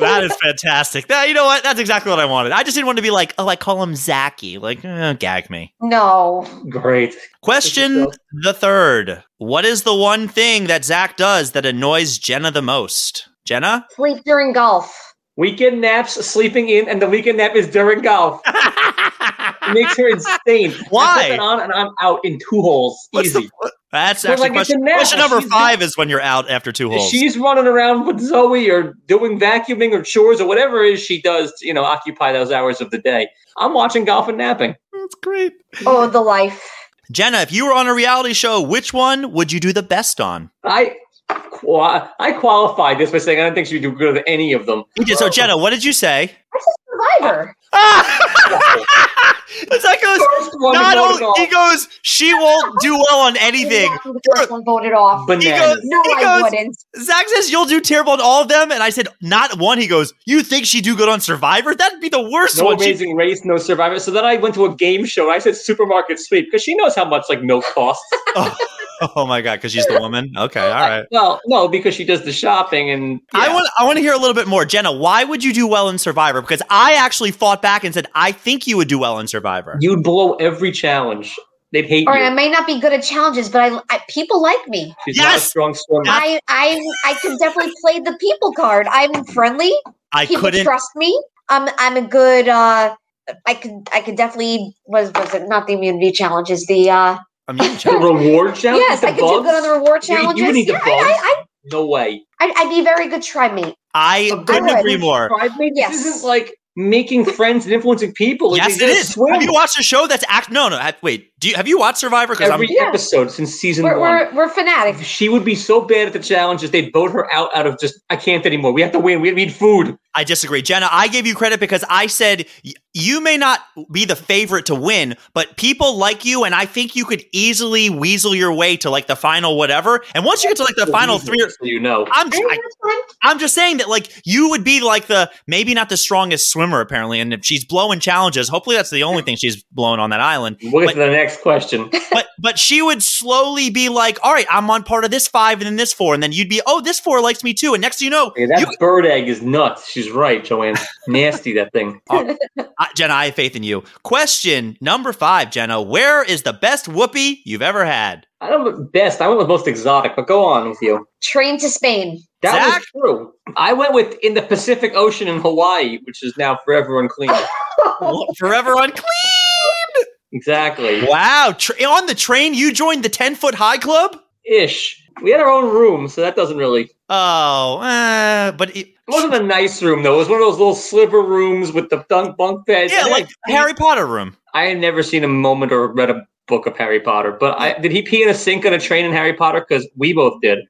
[SPEAKER 2] That is fantastic. That, you know what? That's exactly what I wanted. I just didn't want to be like, oh, I call him Zachy. Like, eh, gag me.
[SPEAKER 4] No.
[SPEAKER 3] Great.
[SPEAKER 2] Question
[SPEAKER 3] yourself.
[SPEAKER 2] the third. What is the one thing that Zach does that annoys Jenna the most? Jenna?
[SPEAKER 4] Sleep during golf.
[SPEAKER 3] Weekend naps, sleeping in, and the weekend nap is during golf. It makes her insane. I put
[SPEAKER 2] Why?
[SPEAKER 3] that on and I'm out in two holes.
[SPEAKER 2] What's the-
[SPEAKER 3] Easy.
[SPEAKER 2] That's
[SPEAKER 3] Well,
[SPEAKER 2] actually
[SPEAKER 3] like, it's
[SPEAKER 2] question,
[SPEAKER 3] a nap.
[SPEAKER 2] question number
[SPEAKER 3] She's-
[SPEAKER 2] five is when you're out after two
[SPEAKER 3] If
[SPEAKER 2] holes.
[SPEAKER 3] she's running around with Zoe or doing vacuuming or chores or whatever it is she does, to, you know, occupy those hours of the day. I'm watching golf and napping.
[SPEAKER 2] That's great.
[SPEAKER 4] Oh, the life.
[SPEAKER 2] Jenna, if you were on a reality show, which one would you do the best on?
[SPEAKER 3] I qua- I qualified this by saying I don't think she'd do good at any of them.
[SPEAKER 2] You did- So, Jenna, what did you say?
[SPEAKER 4] That's a survivor.
[SPEAKER 2] Ah! Zach goes,
[SPEAKER 3] First one
[SPEAKER 2] not
[SPEAKER 3] to go to
[SPEAKER 2] only, he
[SPEAKER 3] golf.
[SPEAKER 2] goes, she won't do well on anything.
[SPEAKER 4] Exactly The first one voted off.
[SPEAKER 3] Bananas.
[SPEAKER 4] no,
[SPEAKER 2] he
[SPEAKER 4] I
[SPEAKER 2] goes-
[SPEAKER 4] wouldn't.
[SPEAKER 2] Zach says you'll do terrible on all of them, and I said not one. He goes, "You think she do good on Survivor? That'd be the worst
[SPEAKER 3] No
[SPEAKER 2] one." She-
[SPEAKER 3] amazing race, no survivor. So then I went to a game show. I said supermarket sweep because she knows how much like milk costs.
[SPEAKER 2] oh my god, because she's the woman. Okay, all right.
[SPEAKER 3] well, no, because she does the shopping and
[SPEAKER 2] I
[SPEAKER 3] yeah.
[SPEAKER 2] want I want to hear a little bit more, Jenna. Why would you do well in Survivor? Because I actually fought back and said I think you would do well in Survivor.
[SPEAKER 3] You'd blow every challenge. They'd hate
[SPEAKER 4] Or
[SPEAKER 3] you.
[SPEAKER 4] I may not be good at challenges, but I, I people like me.
[SPEAKER 3] She's not a
[SPEAKER 2] Yes!
[SPEAKER 3] strong swimmer.
[SPEAKER 4] I I I could definitely play the people card. I'm friendly.
[SPEAKER 2] I
[SPEAKER 4] People
[SPEAKER 2] couldn't.
[SPEAKER 4] trust me. I'm I'm a good. uh I could I could definitely was was it not the immunity challenges the uh
[SPEAKER 2] Immune
[SPEAKER 3] The
[SPEAKER 2] challenge.
[SPEAKER 3] reward challenge?
[SPEAKER 4] yes I could do good on the reward challenges
[SPEAKER 3] You, would need
[SPEAKER 4] Yeah,
[SPEAKER 3] the bugs?
[SPEAKER 4] I,
[SPEAKER 3] no way.
[SPEAKER 4] I, I I'd be a very good try mate
[SPEAKER 2] I
[SPEAKER 3] A
[SPEAKER 2] couldn't
[SPEAKER 4] good
[SPEAKER 2] agree more.
[SPEAKER 4] Yes.
[SPEAKER 3] This isn't like making friends and influencing people.
[SPEAKER 2] Yes, it
[SPEAKER 3] It's
[SPEAKER 2] is.
[SPEAKER 3] swim.
[SPEAKER 2] Have you watched a show that's act? No, no. ha- Wait, do you have you watched Survivor? Because I'm
[SPEAKER 3] Every
[SPEAKER 4] Yeah.
[SPEAKER 3] episode since season
[SPEAKER 4] we're,
[SPEAKER 3] one.
[SPEAKER 4] we're we're fanatics
[SPEAKER 3] She would be so bad at the challenges, they'd vote her out out of just, I can't anymore. We have to win. We need food.
[SPEAKER 2] I disagree. Jenna, I gave you credit because I said y- you may not be the favorite to win, but people like you, and I think you could easily weasel your way to like the final whatever. And once you get to like the final three, or,
[SPEAKER 3] So you know.
[SPEAKER 2] I'm
[SPEAKER 4] I think
[SPEAKER 2] I,
[SPEAKER 4] that's fine.
[SPEAKER 2] I'm just saying that like you would be like the maybe not the strongest swimmer apparently, and if she's blowing challenges, hopefully that's the only thing she's blown on that island.
[SPEAKER 3] We'll get to the next question.
[SPEAKER 2] But but she would slowly be like, all right, I'm on part of this five and then this four, and then you'd be oh this four likes me too, and next thing you know,
[SPEAKER 3] Yeah, that bird egg is nuts. She's right, Joanne. Nasty, that thing.
[SPEAKER 2] I, Jenna, I have faith in you. Question number five, Jenna. Where is the best whoopee you've ever had?
[SPEAKER 3] I don't know best. I went with most exotic, but go on with you.
[SPEAKER 4] train to Spain
[SPEAKER 3] That
[SPEAKER 2] Zach?
[SPEAKER 3] was true. I went with in the Pacific Ocean in Hawaii, which is now forever unclean. Oh,
[SPEAKER 2] Forever unclean.
[SPEAKER 3] exactly.
[SPEAKER 2] Wow. Tra- on the train, you joined the 10 foot high club?
[SPEAKER 3] Ish. We had our own room, so that doesn't really. It
[SPEAKER 2] Oh, uh, but it,
[SPEAKER 3] wasn't a nice room though. It was one of those little sliver rooms with the dunk bunk beds.
[SPEAKER 2] yeah,
[SPEAKER 3] And
[SPEAKER 2] like
[SPEAKER 3] I-
[SPEAKER 2] Harry Potter room.
[SPEAKER 3] I had never seen a moment or read a book of Harry Potter. But I, did he pee in a sink on a train in Harry Potter? Because we both did.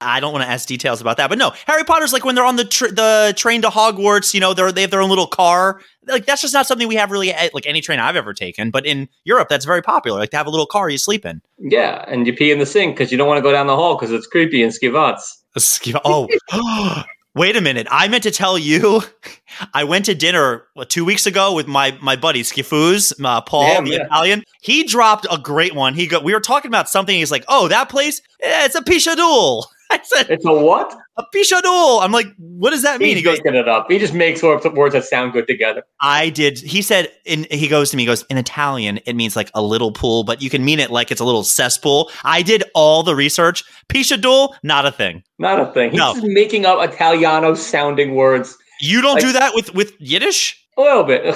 [SPEAKER 2] I don't want to ask details about that, but no, Harry Potter's like when they're on the tr the train to Hogwarts. You know, they are they have their own little car. Like that's just not something we have really at, like any train I've ever taken. But in Europe, that's very popular. Like to have a little car you sleep in.
[SPEAKER 3] Yeah, and you pee in the sink because you don't want to go down the hall because it's creepy and skivats.
[SPEAKER 2] A ski- Oh, wait a minute. I meant to tell you, I went to dinner what, two weeks ago with my my buddy Skifuz, uh, Paul,
[SPEAKER 3] Damn,
[SPEAKER 2] the
[SPEAKER 3] yeah.
[SPEAKER 2] Italian. He dropped a great one. He go, we were talking about something. He's like, "Oh, that place, eh, it's a pichadoul." I said,
[SPEAKER 3] It's a what?
[SPEAKER 2] "A pichadoul." I'm like, "What does that mean?"
[SPEAKER 3] He's
[SPEAKER 2] He goes,
[SPEAKER 3] making it up. He just makes words words that sound good together.
[SPEAKER 2] "I did." He said, in he goes to me, he goes, "In Italian, it means like a little pool, but you can mean it like it's a little cesspool." I did all the research. Pichadoul, not a thing.
[SPEAKER 3] Not a thing. He's
[SPEAKER 2] No.
[SPEAKER 3] just making up Italiano sounding words.
[SPEAKER 2] You don't
[SPEAKER 3] Like-
[SPEAKER 2] do that with with Yiddish.
[SPEAKER 3] A little bit.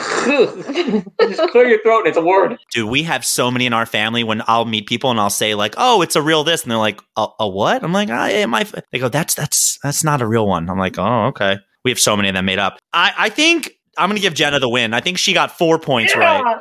[SPEAKER 3] just clear your throat and it's a word.
[SPEAKER 2] dude, we have so many in our family when I'll meet people and I'll say like, "Oh, it's a real this," and they're like, "A, a what?" I'm like, "I am I." f-" They go, "That's that's that's not a real one." I'm like, "Oh, okay." We have so many of them made up. I I think I'm gonna give Jenna the win. I think she got four points right.
[SPEAKER 4] Yeah.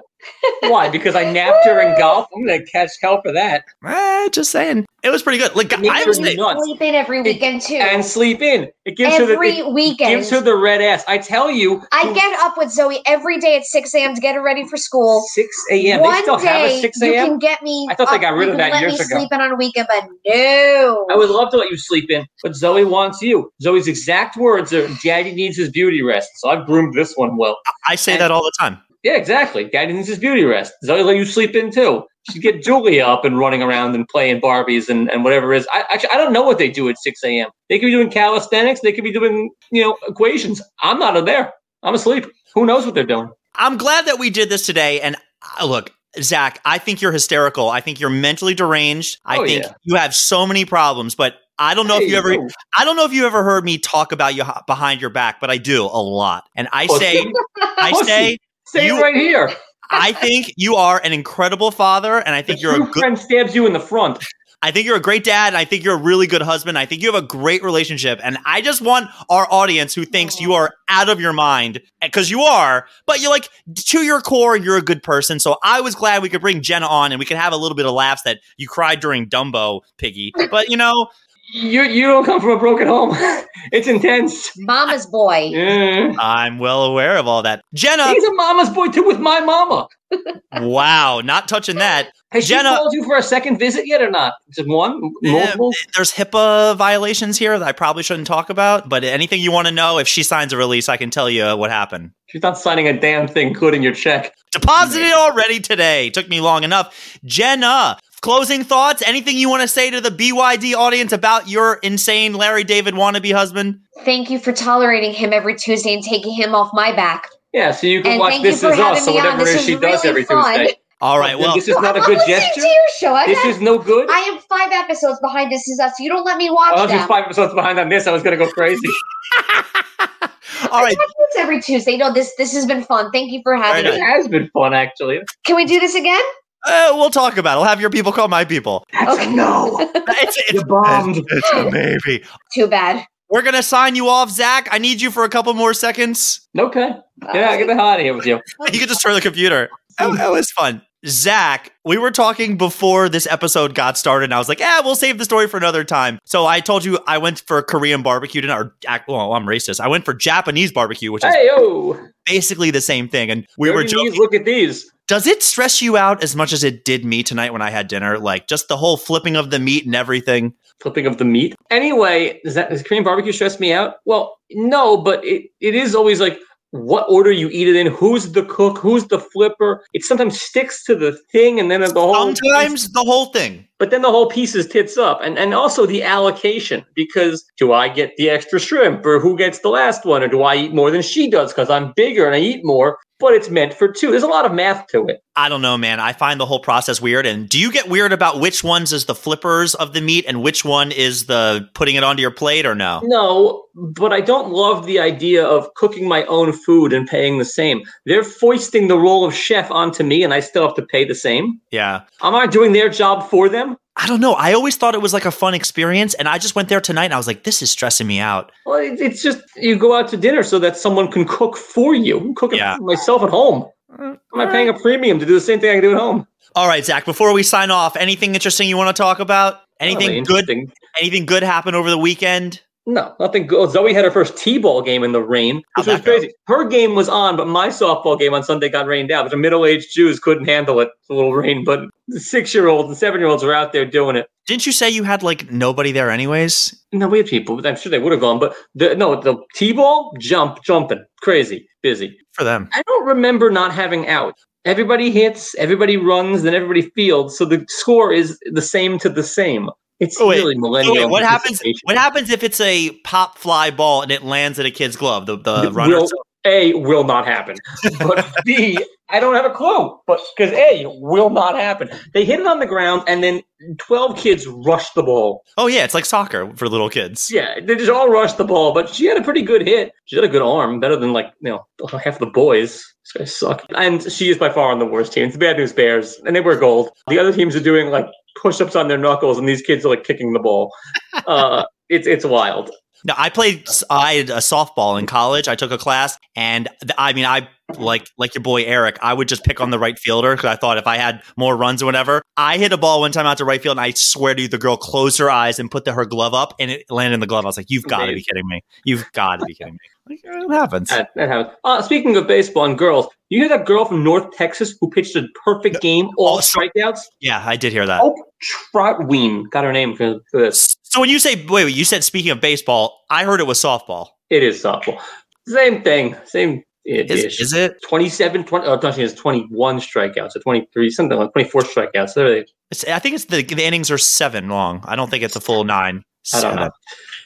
[SPEAKER 3] Why? Because I napped her in golf. I'm gonna catch hell for that
[SPEAKER 2] Eh, just saying, it was pretty good. Like
[SPEAKER 3] It makes
[SPEAKER 2] I
[SPEAKER 3] her
[SPEAKER 2] was saying,
[SPEAKER 3] nuts.
[SPEAKER 4] sleep in every weekend too
[SPEAKER 3] and sleep in. It gives her
[SPEAKER 4] every
[SPEAKER 3] the it
[SPEAKER 4] weekend
[SPEAKER 3] gives her the red ass. I tell you,
[SPEAKER 4] I get up with Zoe every day at 6 a.m. to get her ready for school.
[SPEAKER 3] six a.m. They
[SPEAKER 4] One
[SPEAKER 3] still
[SPEAKER 4] day
[SPEAKER 3] have a six
[SPEAKER 4] you
[SPEAKER 3] a.m.
[SPEAKER 4] can get me.
[SPEAKER 3] I thought they
[SPEAKER 4] up,
[SPEAKER 3] got rid
[SPEAKER 4] you
[SPEAKER 3] of
[SPEAKER 4] can
[SPEAKER 3] that
[SPEAKER 4] let
[SPEAKER 3] years
[SPEAKER 4] me
[SPEAKER 3] ago.
[SPEAKER 4] Sleep in on a weekend, but no.
[SPEAKER 3] I would love to let you sleep in, but Zoe wants you. Zoe's exact words are Daddy needs his beauty rest. So I've groomed this one well.
[SPEAKER 2] I say that all the time.
[SPEAKER 3] Yeah, exactly. Daddy needs his beauty rest. Zoe let you sleep in too. She'd get Julia up and running around and playing Barbies and, and whatever it is. I actually I don't know what they do at six AM. They could be doing calisthenics, they could be doing, you know, equations. I'm not there. I'm asleep. Who knows what they're doing?
[SPEAKER 2] I'm glad that we did this today. And uh, look, Zach, I think you're hysterical. I think you're mentally deranged. I
[SPEAKER 3] Oh,
[SPEAKER 2] think
[SPEAKER 3] yeah.
[SPEAKER 2] you have so many problems, but. I don't know if you
[SPEAKER 3] Hey,
[SPEAKER 2] ever
[SPEAKER 3] no.
[SPEAKER 2] I don't know if you ever heard me talk about you h- behind your back, but I do a lot. And I
[SPEAKER 3] Oh,
[SPEAKER 2] say, I
[SPEAKER 3] Pussy.
[SPEAKER 2] say,
[SPEAKER 3] say
[SPEAKER 2] you-
[SPEAKER 3] it right here.
[SPEAKER 2] I think you are an incredible father, and I think
[SPEAKER 3] Your
[SPEAKER 2] you're a
[SPEAKER 3] true
[SPEAKER 2] good.
[SPEAKER 3] friend stabs you in the front.
[SPEAKER 2] I think you're a great dad, and I think you're a really good husband. I think you have a great relationship, and I just want our audience who thinks you are out of your mind because you are, but you're like to your core, you're a good person. So I was glad we could bring Jenna on, and we could have a little bit of laughs that you cried during Dumbo, Piggy. But you know,
[SPEAKER 3] You you don't come from a broken home. it's intense.
[SPEAKER 4] Mama's boy.
[SPEAKER 3] Yeah.
[SPEAKER 2] I'm well aware of all that. Jenna,
[SPEAKER 3] He's a mama's boy too with my mama.
[SPEAKER 2] wow, not touching that.
[SPEAKER 3] Has
[SPEAKER 2] Jenna-
[SPEAKER 3] she called you for a second visit yet or not? Just one? Multiple?
[SPEAKER 2] there's HIPAA violations here that I probably shouldn't talk about, but anything you want to know, if she signs a release, I can tell you what happened.
[SPEAKER 3] She's not signing a damn thing, including your check.
[SPEAKER 2] Deposited already today. Took me long enough. Jenna, closing thoughts? Anything you want to say to the BYD audience about your insane Larry David wannabe husband?
[SPEAKER 4] Thank you for tolerating him every Tuesday and taking him off my back.
[SPEAKER 3] Yeah, so you can
[SPEAKER 4] And
[SPEAKER 3] watch
[SPEAKER 4] thank you
[SPEAKER 3] This
[SPEAKER 4] for
[SPEAKER 3] Is
[SPEAKER 4] having
[SPEAKER 3] Us or
[SPEAKER 4] me on.
[SPEAKER 3] whatever
[SPEAKER 4] This
[SPEAKER 3] it is
[SPEAKER 4] was
[SPEAKER 3] she does
[SPEAKER 4] really
[SPEAKER 3] every
[SPEAKER 4] fun.
[SPEAKER 3] Tuesday.
[SPEAKER 2] All right,
[SPEAKER 3] Then
[SPEAKER 2] well,
[SPEAKER 3] this is not a
[SPEAKER 4] I'm
[SPEAKER 3] good
[SPEAKER 4] listening
[SPEAKER 3] gesture.
[SPEAKER 4] to your show. I'm
[SPEAKER 3] This
[SPEAKER 4] not-
[SPEAKER 3] is no good.
[SPEAKER 4] I am five episodes behind This Is Us. You don't let me watch
[SPEAKER 3] I was
[SPEAKER 4] them.
[SPEAKER 3] just five episodes behind on this. I was going to go crazy.
[SPEAKER 2] All right.
[SPEAKER 4] It's every Tuesday. No, this this has been fun. Thank you for having
[SPEAKER 2] Very
[SPEAKER 3] It
[SPEAKER 4] me.
[SPEAKER 3] has been fun, actually.
[SPEAKER 4] Can we do this again?
[SPEAKER 2] Uh, we'll talk about it. I'll have your people call my people.
[SPEAKER 3] That's
[SPEAKER 4] Okay.
[SPEAKER 3] a no.
[SPEAKER 2] It's, it's,
[SPEAKER 3] You're bombed.
[SPEAKER 2] it's- it's a maybe.
[SPEAKER 4] Too bad.
[SPEAKER 2] We're going to sign you off, Zach. I need you for a couple more seconds.
[SPEAKER 3] Okay. Yeah, get the hell out of here with you.
[SPEAKER 2] You can just turn the computer. Oh, that was fun. Zach, we were talking before this episode got started, and I was like, "Yeah, we'll save the story for another time." So I told you I went for Korean barbecue dinner. Or, ac- well, I'm racist. I went for Japanese barbecue, which is
[SPEAKER 3] Hey yo.
[SPEAKER 2] basically the same thing. And we were
[SPEAKER 3] Dirty
[SPEAKER 2] joking.
[SPEAKER 3] knees, Look at these.
[SPEAKER 2] Does it stress you out as much as it did me tonight when I had dinner? Like just the whole flipping of the meat and everything.
[SPEAKER 3] flipping of the meat. Anyway, does that does Korean barbecue stress me out? Well, no, but it, it is always like what order you eat it in, who's the cook, who's the flipper. It sometimes sticks to the thing and then the whole
[SPEAKER 2] Sometimes the whole thing.
[SPEAKER 3] but then the whole piece is tits up. And and also the allocation, because do I get the extra shrimp or who gets the last one? Or do I eat more than she does because I'm bigger and I eat more? But it's meant for two. There's a lot of math to it.
[SPEAKER 2] I don't know, man. I find the whole process weird. And do you get weird about which ones is the flippers of the meat and which one is the putting it onto your plate or no?
[SPEAKER 3] No, but I don't love the idea of cooking my own food and paying the same. They're foisting the role of chef onto me, and I still have to pay the same.
[SPEAKER 2] Yeah.
[SPEAKER 3] Am I doing their job for them?
[SPEAKER 2] I don't know. I always thought it was like a fun experience. And I just went there tonight and I was like, this is stressing me out.
[SPEAKER 3] Well, it- it's just you go out to dinner so that someone can cook for you. I'm cooking
[SPEAKER 2] Yeah.
[SPEAKER 3] for myself at home. Am I paying a premium to do the same thing I can do at home?
[SPEAKER 2] All right, Zach, before we sign off, anything interesting you want to talk about? Anything
[SPEAKER 3] Really
[SPEAKER 2] good?
[SPEAKER 3] interesting.
[SPEAKER 2] Anything good happened over the weekend?
[SPEAKER 3] No, nothing good. Oh, Zoe had her first T-ball game in the rain,
[SPEAKER 2] How'd
[SPEAKER 3] which was
[SPEAKER 2] that go?
[SPEAKER 3] crazy. Her game was on, but my softball game on Sunday got rained out. But the middle-aged Jews couldn't handle it. It's a little rain, but the six-year-olds and seven-year-olds are out there doing it.
[SPEAKER 2] Didn't you say you had like nobody there anyways?
[SPEAKER 3] No, we had people. but I'm sure they would have gone, but the, no, the T-ball jump, jumping, crazy, busy.
[SPEAKER 2] For them.
[SPEAKER 3] I don't remember not having out. Everybody hits, everybody runs, then everybody fields. So the score is the same to the same. It's
[SPEAKER 2] Oh, wait.
[SPEAKER 3] really
[SPEAKER 2] So
[SPEAKER 3] millennial.
[SPEAKER 2] wait, what happens?
[SPEAKER 3] anticipation.
[SPEAKER 2] What happens if it's a pop fly ball and it lands at a kid's glove? The the
[SPEAKER 3] It
[SPEAKER 2] runner.
[SPEAKER 3] will- A will not happen, but B I don't have a clue. But because A will not happen, they hit it on the ground, and then twelve kids rushed the ball.
[SPEAKER 2] Oh yeah, it's like soccer for little kids.
[SPEAKER 3] Yeah, they just all rushed the ball. But she had a pretty good hit. She had a good arm, better than like you know half the boys. These guys suck, and she is by far on the worst team. It's the bad news bears, and they wear gold. The other teams are doing like push-ups on their knuckles, and these kids are like kicking the ball. Uh, it's it's wild.
[SPEAKER 2] No, I played I had a softball in college. I took a class, and th- I mean, I like like your boy Eric. I would just pick on the right fielder because I thought if I had more runs or whatever. I hit a ball one time out to right field, and I swear to you, the girl closed her eyes and put the, her glove up, and it landed in the glove. I was like, "You've got to be
[SPEAKER 3] Amazing.
[SPEAKER 2] kidding me! You've got to be kidding me!" Like, it happens.
[SPEAKER 3] That, that happens. Uh, speaking of baseball and girls, you hear that girl from North Texas who pitched a perfect game, all
[SPEAKER 2] Also-
[SPEAKER 3] strikeouts?
[SPEAKER 2] Yeah, I did hear that.
[SPEAKER 3] Hope Trotween got her name for, for this.
[SPEAKER 2] So when you say wait, wait, you said speaking of baseball, I heard it was softball.
[SPEAKER 3] It is softball. Same thing. Same.
[SPEAKER 2] Is,
[SPEAKER 3] Is,
[SPEAKER 2] is it?
[SPEAKER 3] 27, 20, oh, no, she has 21 strikeouts, or 23, something like 24 strikeouts. So they-
[SPEAKER 2] It's, I think it's the the innings are seven long. I don't think it's a full nine.
[SPEAKER 3] I don't
[SPEAKER 2] Seven.
[SPEAKER 3] know.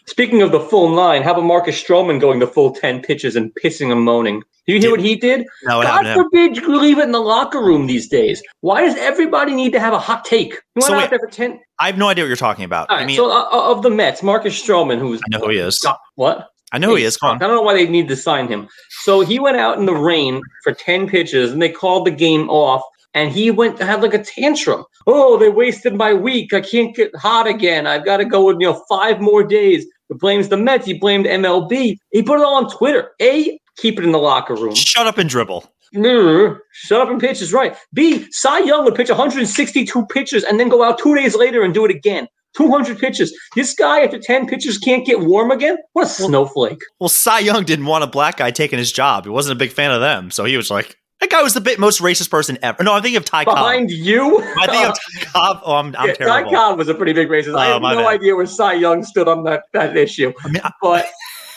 [SPEAKER 3] Speaking of the full nine, how about Marcus Stroman going the full 10 pitches and pissing and moaning? Do you hear what he did?
[SPEAKER 2] No, what happened to
[SPEAKER 3] God
[SPEAKER 2] him?
[SPEAKER 3] forbid you leave it in the locker room these days. Why does everybody need to have a hot take? You went
[SPEAKER 2] So
[SPEAKER 3] out
[SPEAKER 2] wait.
[SPEAKER 3] there for 10.
[SPEAKER 2] I have no idea what you're talking about.
[SPEAKER 3] All right,
[SPEAKER 2] I mean,
[SPEAKER 3] so uh, uh, of the Mets, Marcus Stroman, who's
[SPEAKER 2] I know who he is.
[SPEAKER 3] what?
[SPEAKER 2] I know who he is. Come
[SPEAKER 3] I
[SPEAKER 2] on.
[SPEAKER 3] don't know why they need to sign him. So he went out in the rain for 10 pitches and they called the game off and he went had like a tantrum. Oh, they wasted my week. I can't get hot again. I've got to go with you know five more days. He blames the Mets. He blamed MLB. He put it all on Twitter. A, keep it in the locker room.
[SPEAKER 2] Shut up and dribble.
[SPEAKER 3] No, shut up and pitch is right. B, Cy Young would pitch 162 pitches and then go out two days later and do it again. 200 pitches. This guy after 10 pitches can't get warm again? What a snowflake.
[SPEAKER 2] Well, Cy Young didn't want a black guy taking his job. He wasn't a big fan of them, so he was like, that guy was the bit most racist person ever. No, I'm thinking of Ty Cobb.
[SPEAKER 3] Behind you?
[SPEAKER 2] I think of Ty Cobb. Oh, I'm, I'm
[SPEAKER 3] Yeah,
[SPEAKER 2] terrible.
[SPEAKER 3] Ty Cobb was a pretty big racist. I
[SPEAKER 2] Oh,
[SPEAKER 3] have
[SPEAKER 2] my
[SPEAKER 3] no
[SPEAKER 2] bad.
[SPEAKER 3] idea where Cy Young stood on that, that issue,
[SPEAKER 2] I mean, I-
[SPEAKER 3] but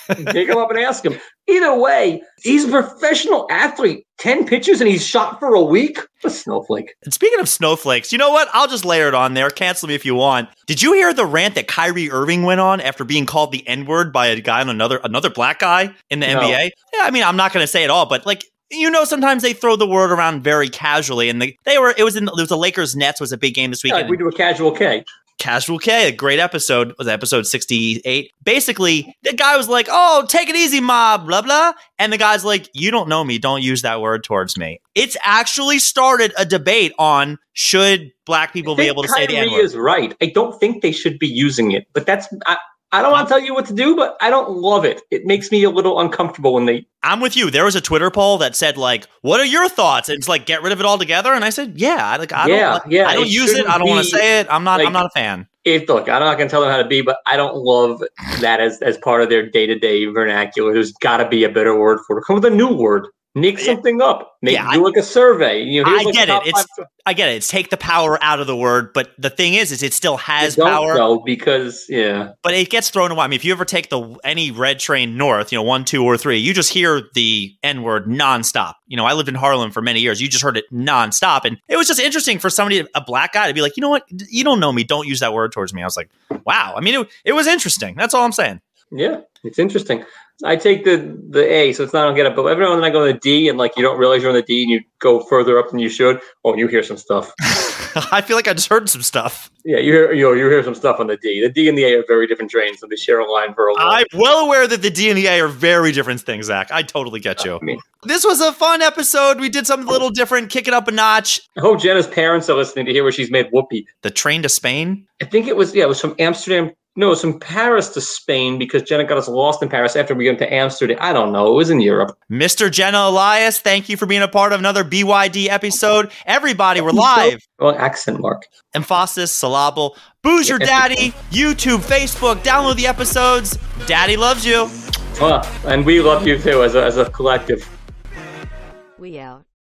[SPEAKER 3] pick him up and ask him. Either way, he's a professional athlete. 10 pitches and he's shot for a week? A snowflake.
[SPEAKER 2] and speaking of snowflakes, you know what? I'll just layer it on there. Cancel me if you want. Did you hear the rant that Kyrie Irving went on after being called the N word by a guy on another another black guy in the
[SPEAKER 3] No.
[SPEAKER 2] NBA? Yeah, I mean, I'm not going to say it all, but like. You know, sometimes they throw the word around very casually, and they, they were. It was in. It was the Lakers Nets was a big game this
[SPEAKER 3] Yeah,
[SPEAKER 2] weekend.
[SPEAKER 3] we do a casual K.
[SPEAKER 2] Casual K, a great episode. Was that episode 68? Basically, the guy was like, Oh, take it easy, mob, blah, blah. And the guy's like, You don't know me. Don't use that word towards me. It's actually started a debate on should black people be able to say the N
[SPEAKER 3] Kyrie
[SPEAKER 2] word.
[SPEAKER 3] is right. I don't think they should be using it, but that's I, I don't want to tell you what to do, but I don't love it. It makes me a little uncomfortable when they
[SPEAKER 2] I'm with you. There was a Twitter poll that said, like, what are your thoughts? And it's like, get rid of it altogether. And I said, yeah, I, like, I
[SPEAKER 3] Yeah,
[SPEAKER 2] don't,
[SPEAKER 3] yeah,
[SPEAKER 2] I don't
[SPEAKER 3] it
[SPEAKER 2] use it. I don't
[SPEAKER 3] shouldn't
[SPEAKER 2] want to
[SPEAKER 3] be,
[SPEAKER 2] say it. I'm not, I'm
[SPEAKER 3] like-
[SPEAKER 2] not a fan.
[SPEAKER 3] if look, I'm not gonna tell them how to be, but I don't love that as as part of their day to day vernacular. There's got to be a better word for it. Come with a new word. Make something up. Make
[SPEAKER 2] Yeah,
[SPEAKER 3] do like a survey. You know, here's
[SPEAKER 2] I
[SPEAKER 3] like
[SPEAKER 2] get
[SPEAKER 3] the
[SPEAKER 2] it.
[SPEAKER 3] top
[SPEAKER 2] It's-
[SPEAKER 3] five-
[SPEAKER 2] I get it. It's take the power out of the word. But the thing is, is it still has
[SPEAKER 3] You don't,
[SPEAKER 2] power.
[SPEAKER 3] though, because yeah,
[SPEAKER 2] but it gets thrown away. I mean, if you ever take the any red train north, you know, one, two, or three, you just hear the N word nonstop. You know, I lived in Harlem for many years. You just heard it nonstop, and it was just interesting for somebody, a black guy, to be like, you know what, you don't know me, don't use that word towards me. I was like, wow. I mean, it, it was interesting. That's all I'm saying.
[SPEAKER 3] yeah, it's interesting. I take the the A, so it's not on get up. But every now and then I go to the D, and like you don't realize you're on the D, and you go further up than you should. Oh, you hear some stuff.
[SPEAKER 2] I feel like I just heard some stuff.
[SPEAKER 3] Yeah, you hear you, you hear some stuff on the D. The D and the A are very different trains, so they share a line for a while.
[SPEAKER 2] I'm well aware that the D and the A are very different things, Zach. I totally get you.
[SPEAKER 3] I mean-
[SPEAKER 2] This was a fun episode. We did something a little different, kick it up a notch.
[SPEAKER 3] I hope Jenna's parents are listening to hear where she's made whoopee.
[SPEAKER 2] The train to Spain.
[SPEAKER 3] I think it was yeah, it was from Amsterdam. No, it was from Paris to Spain because Jenna got us lost in Paris after we went to Amsterdam. I don't know. It was in Europe.
[SPEAKER 2] Mr. Jenna Elias, thank you for being a part of another BYD episode. Everybody, we're live.
[SPEAKER 3] Wrong accent mark.
[SPEAKER 2] Emphasis, syllable. Booze Your Daddy, YouTube, Facebook. Download the episodes. Daddy loves you.
[SPEAKER 3] Ah, and we love you too as a, as a collective.
[SPEAKER 1] We out.